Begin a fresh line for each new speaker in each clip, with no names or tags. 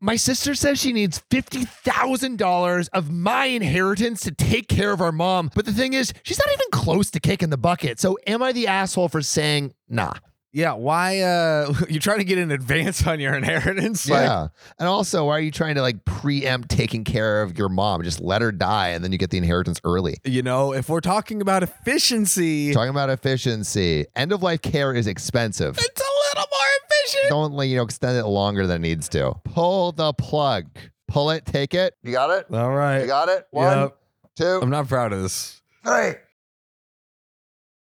My sister says she needs $50,000 of my inheritance to take care of our mom. But the thing is, she's not even close to kicking the bucket. So am I the asshole for saying, nah?
Yeah, why uh you trying to get an advance on your inheritance? Like,
yeah. And also, why are you trying to like preempt taking care of your mom? Just let her die and then you get the inheritance early.
you know, if we're talking about efficiency,
Talking about efficiency, end of life care is expensive.
it's a little more efficient.
Don't let you know extend it longer than it needs to. Pull the plug. Pull it, take it. You got it?
All right.
You got it? One,
Yep.
two,
I'm not proud of this.
three.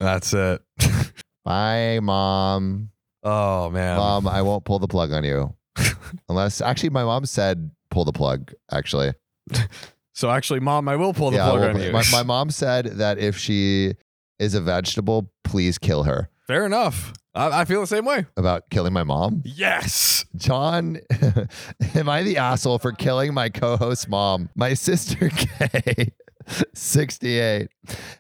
That's it.
Bye, mom.
oh man.
Mom, I won't pull the plug on you. Unless actually my mom said pull the plug, actually.
So actually, mom, I will pull the
I
plug
will
on
pull-
you.
My, my mom said that if she is a vegetable, please kill her.
Fair enough. I, I feel the same way.
About killing my mom.
Yes.
John, am I the asshole for killing my co host mom? My sister Kay. 68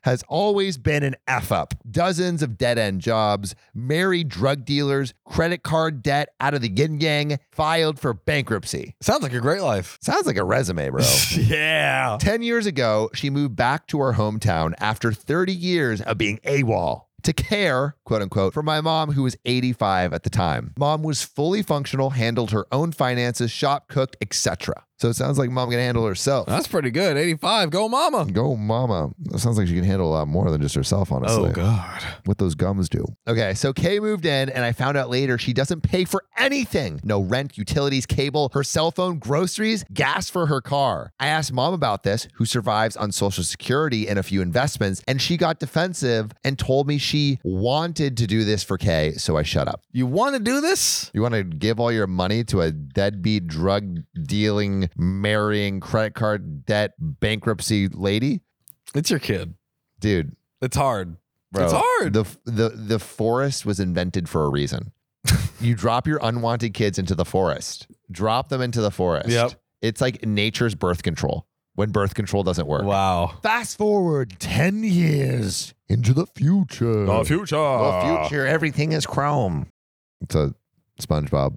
has always been an F up. Dozens of dead end jobs, married drug dealers, credit card debt out of the yin yang, filed for bankruptcy.
Sounds like a great life.
Sounds like a resume, bro.
yeah.
10 years ago, she moved back to her hometown after 30 years of being AWOL to care, quote unquote, for my mom, who was 85 at the time. Mom was fully functional, handled her own finances, shop cooked, etc. So it sounds like mom can handle herself.
That's pretty good. 85. Go, mama.
Go, mama. It sounds like she can handle a lot more than just herself,
Oh,
honestly.
God.
What those gums do. Okay, so Kay moved in, and I found out later she doesn't pay for anything no rent, utilities, cable, her cell phone, groceries, gas for her car. I asked mom about this, who survives on Social Security and a few investments, and she got defensive and told me she wanted to do this for Kay, so I shut up.
You want to do this?
You want to give all your money to a deadbeat, drug dealing, marrying, credit card debt, bankruptcy lady?
It's your kid.
Dude,
It's hard.
Bro,
It's hard.
The the the forest was invented for a reason. you drop your unwanted kids into the forest. Drop them into the forest.
Yep.
It's like nature's birth control when birth control doesn't work.
Wow.
Fast forward 10 years into the future.
future.
Mm. The
Ah.
future, everything is chrome. It's a SpongeBob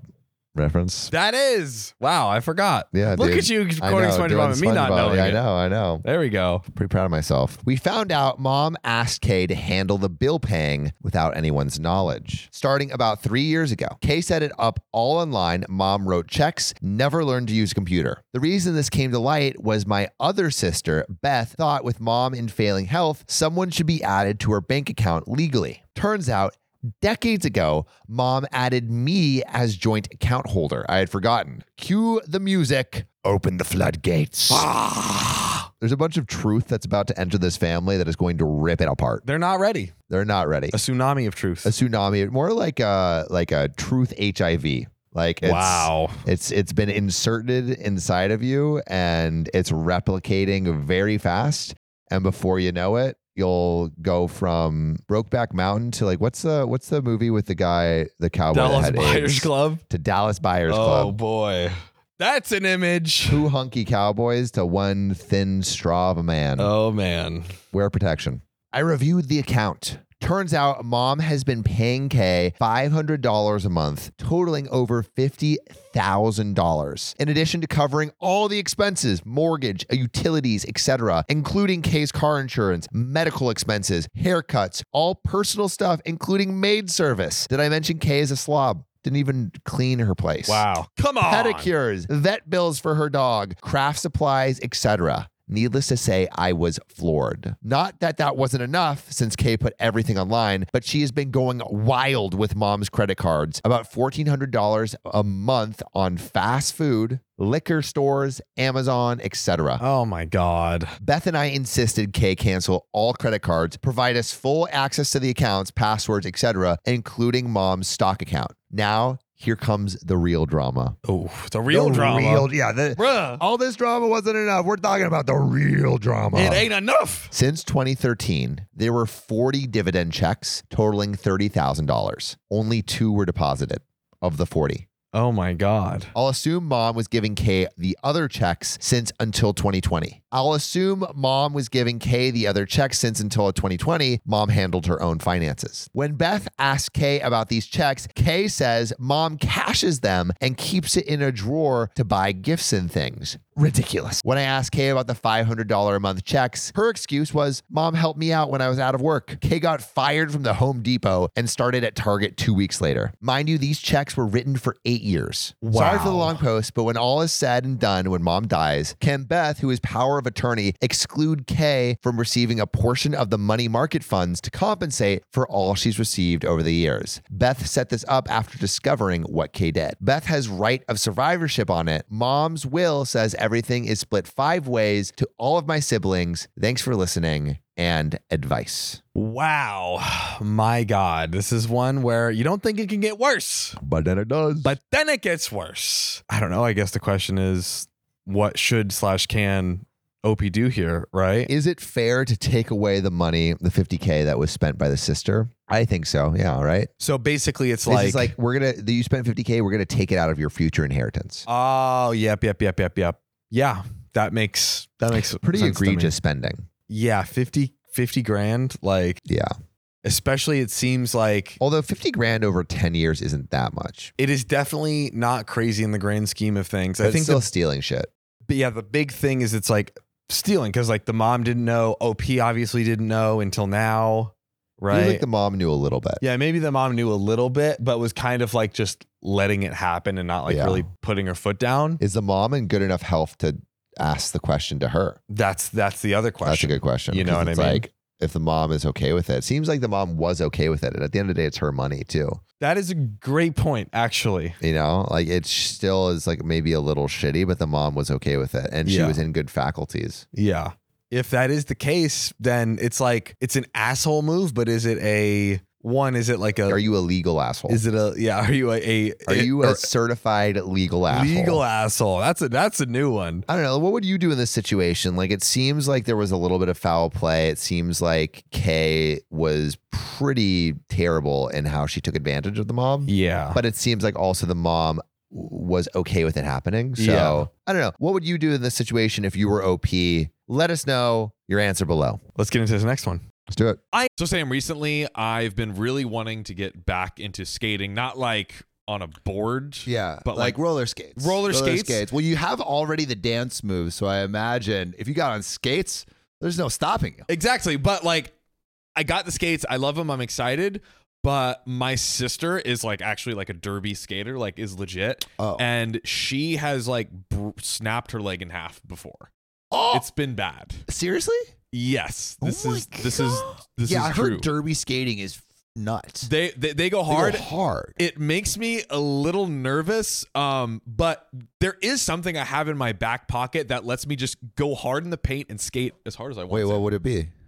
reference.
That is. Wow. I forgot.
Yeah,
Look
dude.
at you
I
quoting
know, doing
SpongeBob and me not
SpongeBob.
knowing
Yeah, I
it.
know, I know.
There we go.
Pretty proud of myself. We found out mom asked Kay to handle the bill paying without anyone's knowledge. Starting about three years ago, Kay set it up all online. Mom wrote checks, never learned to use a computer. The reason this came to light was my other sister, Beth, thought with mom in failing health, someone should be added to her bank account legally. Turns out, Decades ago, mom added me as joint account holder. I had forgotten. Cue the music. Open the floodgates there's a bunch of truth that's about to enter this family that is going to rip it apart.
They're not ready.
They're not ready.
A tsunami of truth.
A tsunami, more like a like a truth HIV. Like it's,
wow.
it's it's been inserted inside of you and it's replicating very fast. And before you know it, you'll go from Brokeback Mountain to like what's the what's the movie with the guy the cowboy
Dallas
that had
Buyers
AIDS?
Club.
to Dallas Buyers
oh
Club.
boy, that's an image.
Two hunky cowboys to one thin straw of a man.
Oh man,
Wear protection. I reviewed the account. Turns out mom has been paying Kay $500 a month, totaling over $50,000. In addition to covering all the expenses, mortgage, uh, utilities, etc., including Kay's car insurance, medical expenses, haircuts, all personal stuff, including maid service. Did I mention Kay is a slob? Didn't even clean her place
wow, come on,
pedicures, vet bills for her dog, craft supplies, etc. Needless to say, I was floored. Not that that wasn't enough since Kay put everything online, but she has been going wild with mom's credit cards, about $1,400 a month on fast food, liquor stores, Amazon, etc.
Oh my god,
Beth and I insisted Kay cancel all credit cards, provide us full access to the accounts, passwords, etc., including mom's stock account. Now, here comes the real drama.
oh, it's a real
The
drama,
real- yeah, the-
bruh.
all this drama wasn't enough. We're talking about the real drama.
It ain't enough.
Since 2013, there were 40 dividend checks totaling $30,000. Only two were deposited of the 40.
Oh my god,
I'll assume mom was giving Kay the other checks since until 2020. I'll assume mom was giving Kay the other checks since until 2020, mom handled her own finances. When Beth asked Kay about these checks, Kay says mom cashes them and keeps it in a drawer to buy gifts and things. Ridiculous. When I asked Kay about the $500 a month checks, her excuse was, Mom helped me out when I was out of work. Kay got fired from the Home Depot and started at Target two weeks later. Mind you, these checks were written for eight years. Sorry for the
Wow.
long post, but when all is said and done, when mom dies, can Beth, who is power of attorney, exclude Kay from receiving a portion of the money market funds to compensate for all she's received over the years? Beth set this up after discovering what Kay did. Beth has right of survivorship on it. Mom's will says everything is split five ways to all of my siblings. Thanks for listening and advice.
Wow. My God. This is one where you don't think it can get worse,
But then it does.
but then it gets worse. I don't know. I guess the question is what should slash can OP do here, right?
Is it fair to take away the money, the 50K that was spent by the sister? I think so. Yeah, right?
So basically, it's
This
like,
is like we're gonna that you spend 50k, we're gonna take it out of your future inheritance.
oh, yep, yep, yep, yep, yep. Yeah. That makes, that makes
Pretty
sense to me.
egregious spending.
Yeah. 50, 50 grand. Like,
Yeah.
especially it seems like
Although 50 grand over 10 years isn't that much.
it is definitely not crazy in the grand scheme of things.
But
I think
still
the,
stealing shit.
but yeah, the big thing is it's like stealing because like the mom didn't know, OP obviously didn't know until now,
I feel
right?
Like the mom knew a little bit.
yeah, maybe the mom knew a little bit, but was kind of like just letting it happen and not like
Yeah.
really putting her foot down.
Is the mom in good enough health to ask the question to her?
That's that's the other
That's a
question.
good question.
You know
'cause
what I
it's
mean?
Like if the mom is okay with it, it seems like the mom was okay with it. And at the end of the day, it's her money too.
that is a great point, actually.
You know, like it still is like maybe a little shitty, but the mom was okay with it, and she
Yeah.
was in good faculties.
Yeah. If that is the case, then it's like it's an asshole move, but is it a one? Is it like a
Are you a legal asshole?
Uh, Is it a yeah? Are you a, a
Are you
or
a certified legal asshole?
legal asshole? That's a that's a new one.
I don't know. What would you do in this situation? Like, it seems like there was a little bit of foul play. It seems like Kay was pretty terrible in how she took advantage of the mom.
Yeah,
But it seems like also the mom w- was okay with it happening. So
Yeah.
I don't know. What would you do in this situation if you were OP? Let us know your answer below.
let's get into this next one.
Let's do it.
So Sam, recently I've been really wanting to get back into skating, not like on a board.
Yeah,
But, like,
roller skates.
roller skates?
Well, you have already the dance moves, so I imagine if you got on skates, there's no stopping you.
Exactly, but like I got the skates, I love them, I'm excited, but my sister is like actually like a derby skater, like is legit,
Oh,
and she has like br- snapped her leg in half before.
oh
It's been bad.
seriously?
Yes. This
Oh my
is this is
God.
this
yeah,
is
I
true.
heard derby skating is nuts.
they, they they go
They go
hard.
hard.
it makes me a little nervous um but there is something i have in my back pocket that lets me just go hard in the paint and skate as hard as i want
Wait,
to.
what would it be?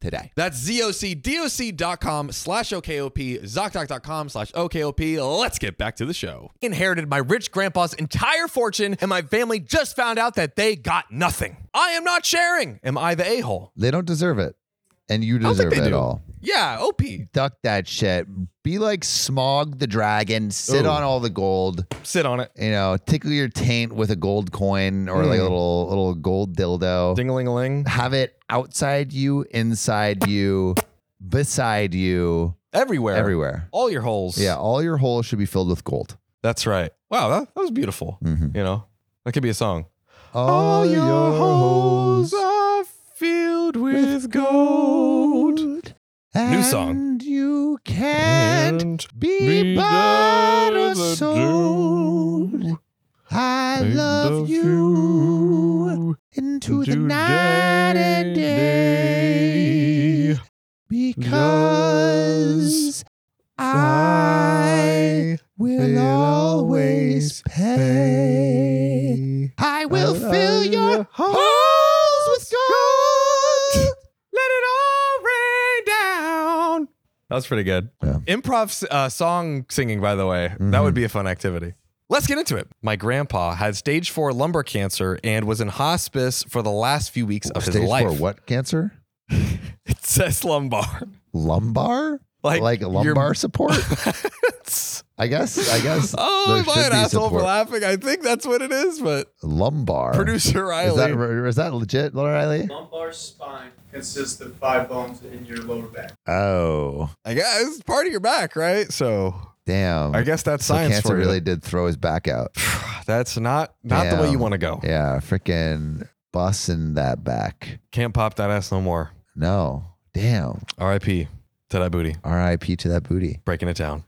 today.
That's zocdoc.com slash OKOP, ZocDoc.com slash OKOP. Let's get back to the show. Inherited my rich grandpa's entire fortune, and my family just found out that they got nothing. I am not sharing. Am I the a hole?
They don't deserve it. And you
don't think
deserve
they
it
do.
all.
Yeah, OP.
Duck that shit. Be like Smog the dragon. Sit
Ooh.
on all the gold.
Sit on it.
you know, tickle your taint with a gold coin or like a
Hmm.
Mm.
little little gold dildo.
Ding a ling a ling.
Have it outside you, inside you, beside you,
Everywhere.
everywhere.
All your holes.
Yeah, all your holes should be filled with gold.
That's right. Wow, that, that was beautiful.
Mm-hmm.
Mhm.
You know, that could be a song.
All your holes
are filled with gold. New song.
And you can't be but a soul. I love you.
into the night and day because I will always pay. I will fill your holes with gold.
Let it all rain down. That was pretty good.
Yeah. Mm-hmm.
Improv s- uh, song singing, by the way, that would be a fun activity. Let's get into it. My grandpa had stage four lumbar cancer and was in hospice for the last few weeks of his
Stage
life.
four what cancer?
It says lumbar.
Lumbar?
Like,
Like,
your-
lumbar support? I guess. I guess.
oh,
there
am I
should
an
be
asshole
support.
for laughing? I think that's what it is, but
Lumbar.
producer Riley.
Is that, is that legit, Riley?
Lumbar spine consists of five bones in your lower back.
Oh,
I guess it's part of your back, right? So
damn.
I guess that's
So
science
cancer
for you.
really did throw his back out.
That's not not the way you
Damn.
want to go.
Yeah, freaking busting that back.
Can't pop that ass no more.
No, damn.
R.I.P. to that booty.
R.I.P. to that booty.
breaking it down.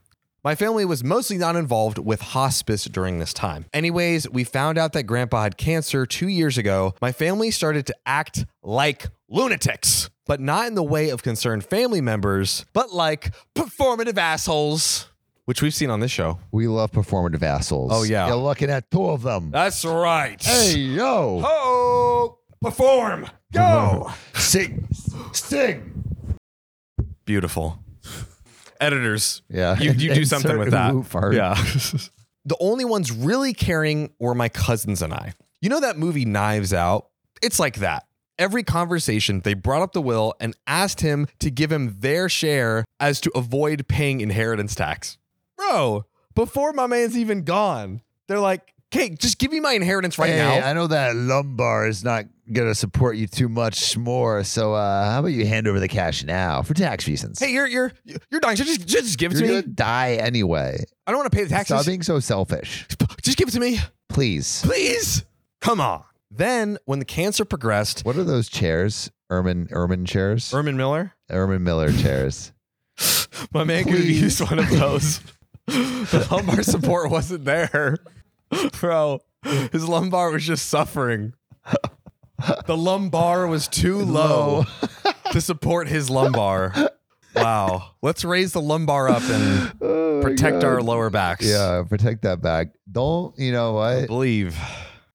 My family was mostly not involved with hospice during this time. Anyways, we found out that grandpa had cancer two years ago. My family started to act like lunatics, but not in the way of concerned family members, but like performative assholes, which we've seen on this show.
We love performative assholes.
Oh, yeah.
you're looking at two of them.
That's right.
Hey yo,
ho, perform, go.
sing, sing.
Beautiful. Editors,
Yeah,
you, you do something
Insert
with that.
woo fart.
Yeah. the only ones really caring were my cousins and I. You know that movie Knives Out? It's like that. Every conversation, they brought up the will and asked him to give him their share as to avoid paying inheritance tax. Bro, before my man's even gone, they're like, "Okay, just give me my inheritance right
hey,
now."
I know that lumbar is not gonna support you too much more. So uh, how about you hand over the cash now for tax reasons?
hey, you're you're you're dying. So just just give it
you're
to
gonna
me.
die anyway.
I don't want to pay the taxes.
Stop being so selfish,
Just give it to me,
please.
please. Come on. Then, when the cancer progressed,
What are those chairs? Erman, Erman chairs.
Erman Miller
Erman Miller chairs.
My man could have
Please.
used one of those. the lumbar support wasn't there. Bro, his lumbar was just suffering. The lumbar was too low to support his lumbar. Wow. Let's raise the lumbar up and
Oh my
protect
God.
our lower backs.
Yeah, protect that back. Don't you know
I
what?
believe.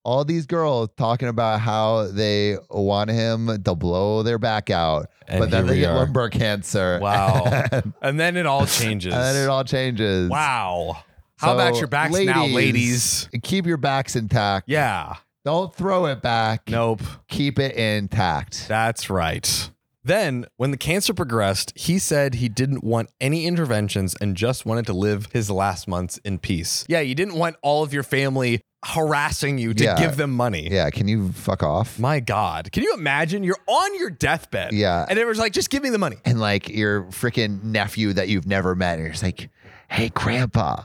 All these girls talking about how they want him to blow their back out,
And
but then
here
they
we
get
are.
lumbar cancer.
Wow.
and
And then it all changes.
then it all changes.
wow. How about
So,
your backs now, ladies?
Keep your backs intact.
Yeah.
Don't throw it back.
Nope.
Keep it intact.
That's right. Then, when the cancer progressed, he said he didn't want any interventions and just wanted to live his last months in peace. Yeah, you didn't want all of your family harassing you to
Yeah.
give them money.
yeah. Can you fuck off?
My God. Can you imagine? You're on your deathbed.
Yeah.
And it was like, just give me the money.
and like your freaking nephew that you've never met, and you're just like, "Hey, grandpa,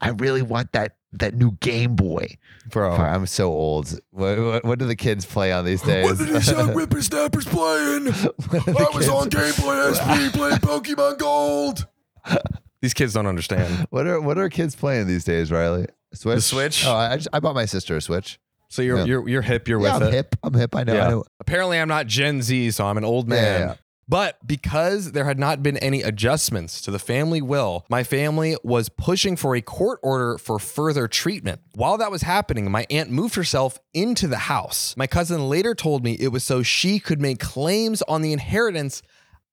I really want that that new Game Boy." Fuck,
Bro.
I'm so old. What, what, what do the kids play on these days?
Whippersnappers playing?
What do the kids-
Game Boy SP playing Pokemon Gold. These kids don't understand.
What are what are kids playing these days, Riley? Switch.
Switch?
Oh, I, I just, I bought my sister a Switch.
So you're
Yeah.
you're, you're hip, you're
yeah,
with
I'm
it.
hip. I'm hip. I know.
Yeah.
I know.
Apparently, I'm not Gen Z, so I'm an old
Yeah,
man.
yeah, yeah.
But because there had not been any adjustments to the family will, my family was pushing for a court order for further treatment. While that was happening, my aunt moved herself into the house. My cousin later told me it was so she could make claims on the inheritance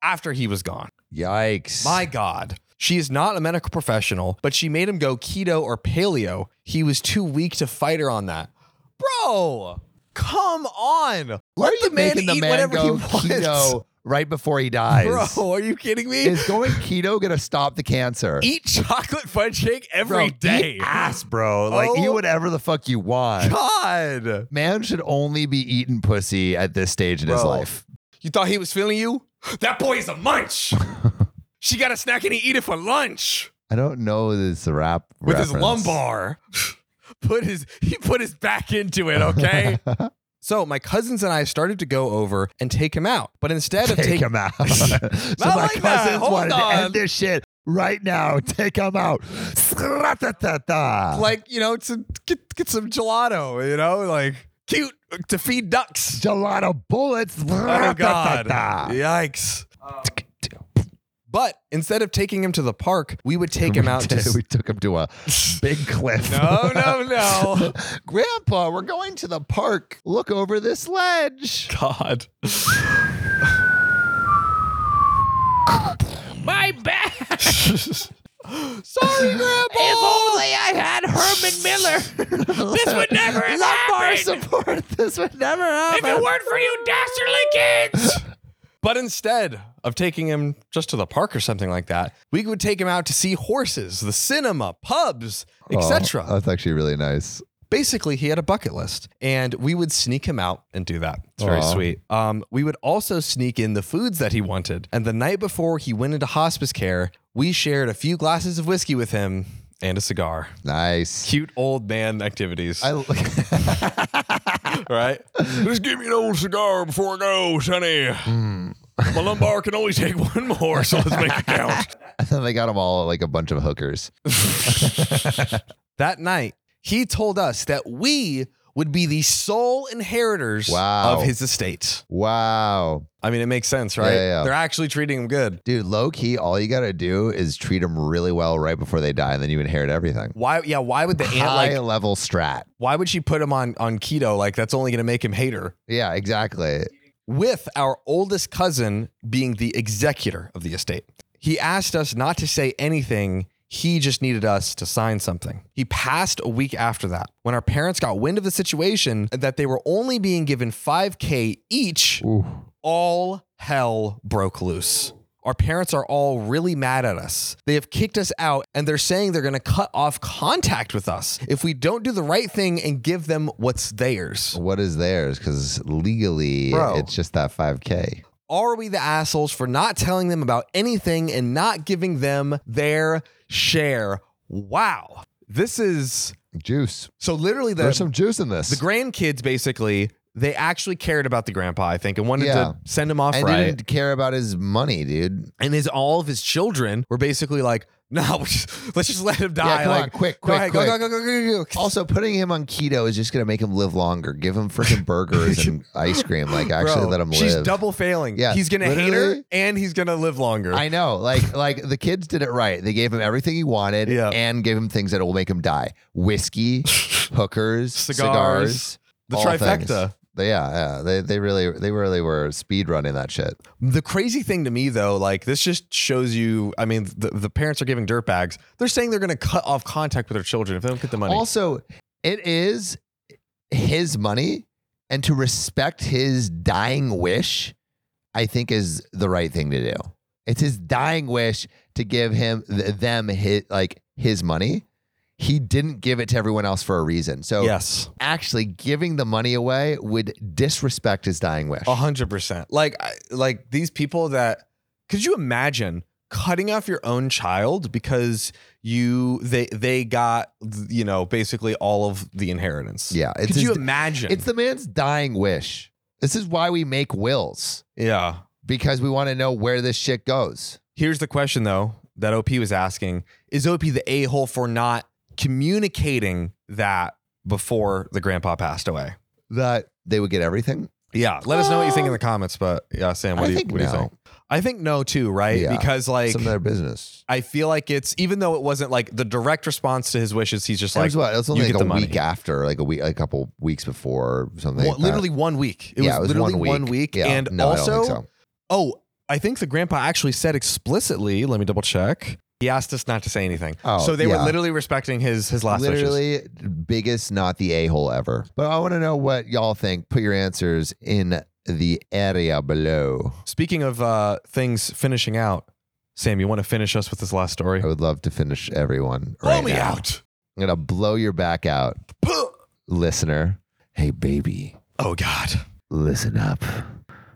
after he was gone.
Yikes!
My God. She is not a medical professional, but she made him go keto or paleo. He was too weak to fight her on that. Bro, come on. Let
Why are you making the man go keto right before he dies?
Bro, are you kidding me?
Is going keto gonna stop the cancer?
eat chocolate fudge cake
Bro,
every
eat
day.
ass, bro. Like eat
Oh.
whatever the fuck you want.
God.
Man should only be eating pussy at this stage in his
Bro.
life.
You thought he was feeling you? That boy is a munch. she got a snack and he eat it for lunch
I don't know this is a rap
with his
reference.
lumbar. put his he put his back into it, okay? so my cousins and I started to go over and take him out. But instead of
Take
taking
him out. so my
like that.
cousins
Hold
wanted to
on.
end this shit right now. Take him out. Sra-ta-ta-ta.
like, you know, to get get some gelato, you know, like cute to feed ducks.
Gelato bullets.
Oh God! Yikes! But instead of taking him to the park, we would take him out
we,
to.
we took him to a big cliff.
No, no, no!
Grandpa, we're going to the park. Look over this ledge.
God.
My back!
Sorry, Grandpa.
If only I had Herman Miller, this would never have
Lumbar
happened.
support. This would never
If
happen.
it weren't for you dastardly kids,
But instead of taking him just to the park or something like that, we would take him out to see horses, the cinema, pubs, etc.
Oh, that's actually really nice.
Basically, he had a bucket list, and we would sneak him out and do that. It's very
Aw.
sweet. Um, we would also sneak in the foods that he wanted. And the night before he went into hospice care, we shared a few glasses of whiskey with him and a cigar.
Nice.
Cute old man activities,
I-
right?
Just give me an old cigar before I go, Sonny.
Hmm.
My lumbar can only take one more, so let's make it count.
and then they got them all like a bunch of hookers.
That night, he told us that we would be the sole inheritors
Wow.
of his estate.
Wow.
I mean, it makes sense, right?
Yeah, yeah, yeah.
They're actually treating him good.
Dude, low key, all you got to do is treat them really well right before they die, and then you inherit everything.
Why? Yeah. Why would the aunt
High
like?
level strat.
Why would she put him on on keto? Like that's only going to make him hate her.
Yeah, exactly.
With our oldest cousin being the executor of the estate, he asked us not to say anything. He just needed us to sign something. He passed a week after that when our parents got wind of the situation that they were only being given 5K each. all hell broke loose. Our parents are all really mad at us. They have kicked us out and they're saying they're going to cut off contact with us if we don't do the right thing and give them what's theirs.
What is theirs? Because legally,
Bro.
it's just that 5K.
Are we the assholes for not telling them about anything and not giving them their share? Wow. This is
Juice.
so literally the
There's some juice in this.
the grandkids basically they actually cared about the grandpa, I think, and wanted
Yeah.
to send him off
and
right.
didn't care about his money, dude.
and his all of his children were basically like, no, we're just- let's just let him die.
yeah, come
like,
on, quick,
go
quick,
ahead,
quick.
go, go, go, go, go, go, go.
Also, putting him on keto is just gonna make him live longer. Give him freaking burgers and ice cream. Like, actually,
Bro,
let him
She's
live.
double failing.
Yeah,
he's gonna hate her
literally.
and he's gonna live longer.
I know, like, like the kids did it right. They gave him everything he wanted,
Yeah.
and gave him things that will make him die: whiskey, hookers,
Cigars,
cigars,
the
all
trifecta.
things. They- yeah, yeah. They they really they really were speed running that shit.
The crazy thing to me though, like this just shows you. I mean, the, the parents are giving dirt bags. They're saying they're gonna cut off contact with their children if they don't get the money.
Also, it is his money, and to respect his dying wish, I think is the right thing to do. It's his dying wish to give him th- them his like his money. He didn't give it to everyone else for a reason. So
yes.
actually giving the money away would disrespect his dying wish.
A hundred percent. Like, I, like these people that could you imagine cutting off your own child because you they they got you know basically all of the inheritance.
Yeah, it's
could
his-
you imagine?
It's the man's dying wish. This is why we make wills
yeah.
because we want to know where this shit goes.
Here's the question though that OP was asking: Is OP the a hole for not communicating that before the grandpa passed away?
That they would get everything.
Yeah, let us know what you think in the comments. But yeah, Sam, what
I
do you
think
what do you
no.
think? I think no too, right?
Yeah.
Because like
Some of their business.
I feel like it's even though it wasn't like the direct response to his wishes, he's just
It
like
was what? It was
you
only like
get
a
the money.
week after, like a week, a couple weeks before, or something.
Well,
like that.
literally one week. It
yeah,
was, literally one week.
Yeah.
And
no, I don't
also,
think so.
oh, I think the grandpa actually said explicitly. Let me double check. He asked us not to say anything.
Oh,
so they were
yeah.
literally respecting his his last wishes.
literally biggest not the a hole ever. But I want to know what y'all think. Put your answers in the area below.
Speaking of uh, things finishing out, Sam, you want to finish us with this last story?
I would love to finish everyone. Right
me
now.
out.
I'm gonna blow your back out, listener. Hey, baby,
Oh God,
listen up.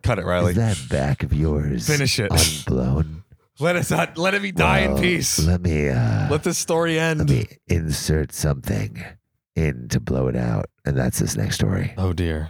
cut it, Riley.
Is that back of yours
Finish it.
unblown?
let us not, let it be die in
Well,
peace.
Let me. Uh,
Let this story
let
end.
me insert something in to blow it out. And that's this next story.
oh dear.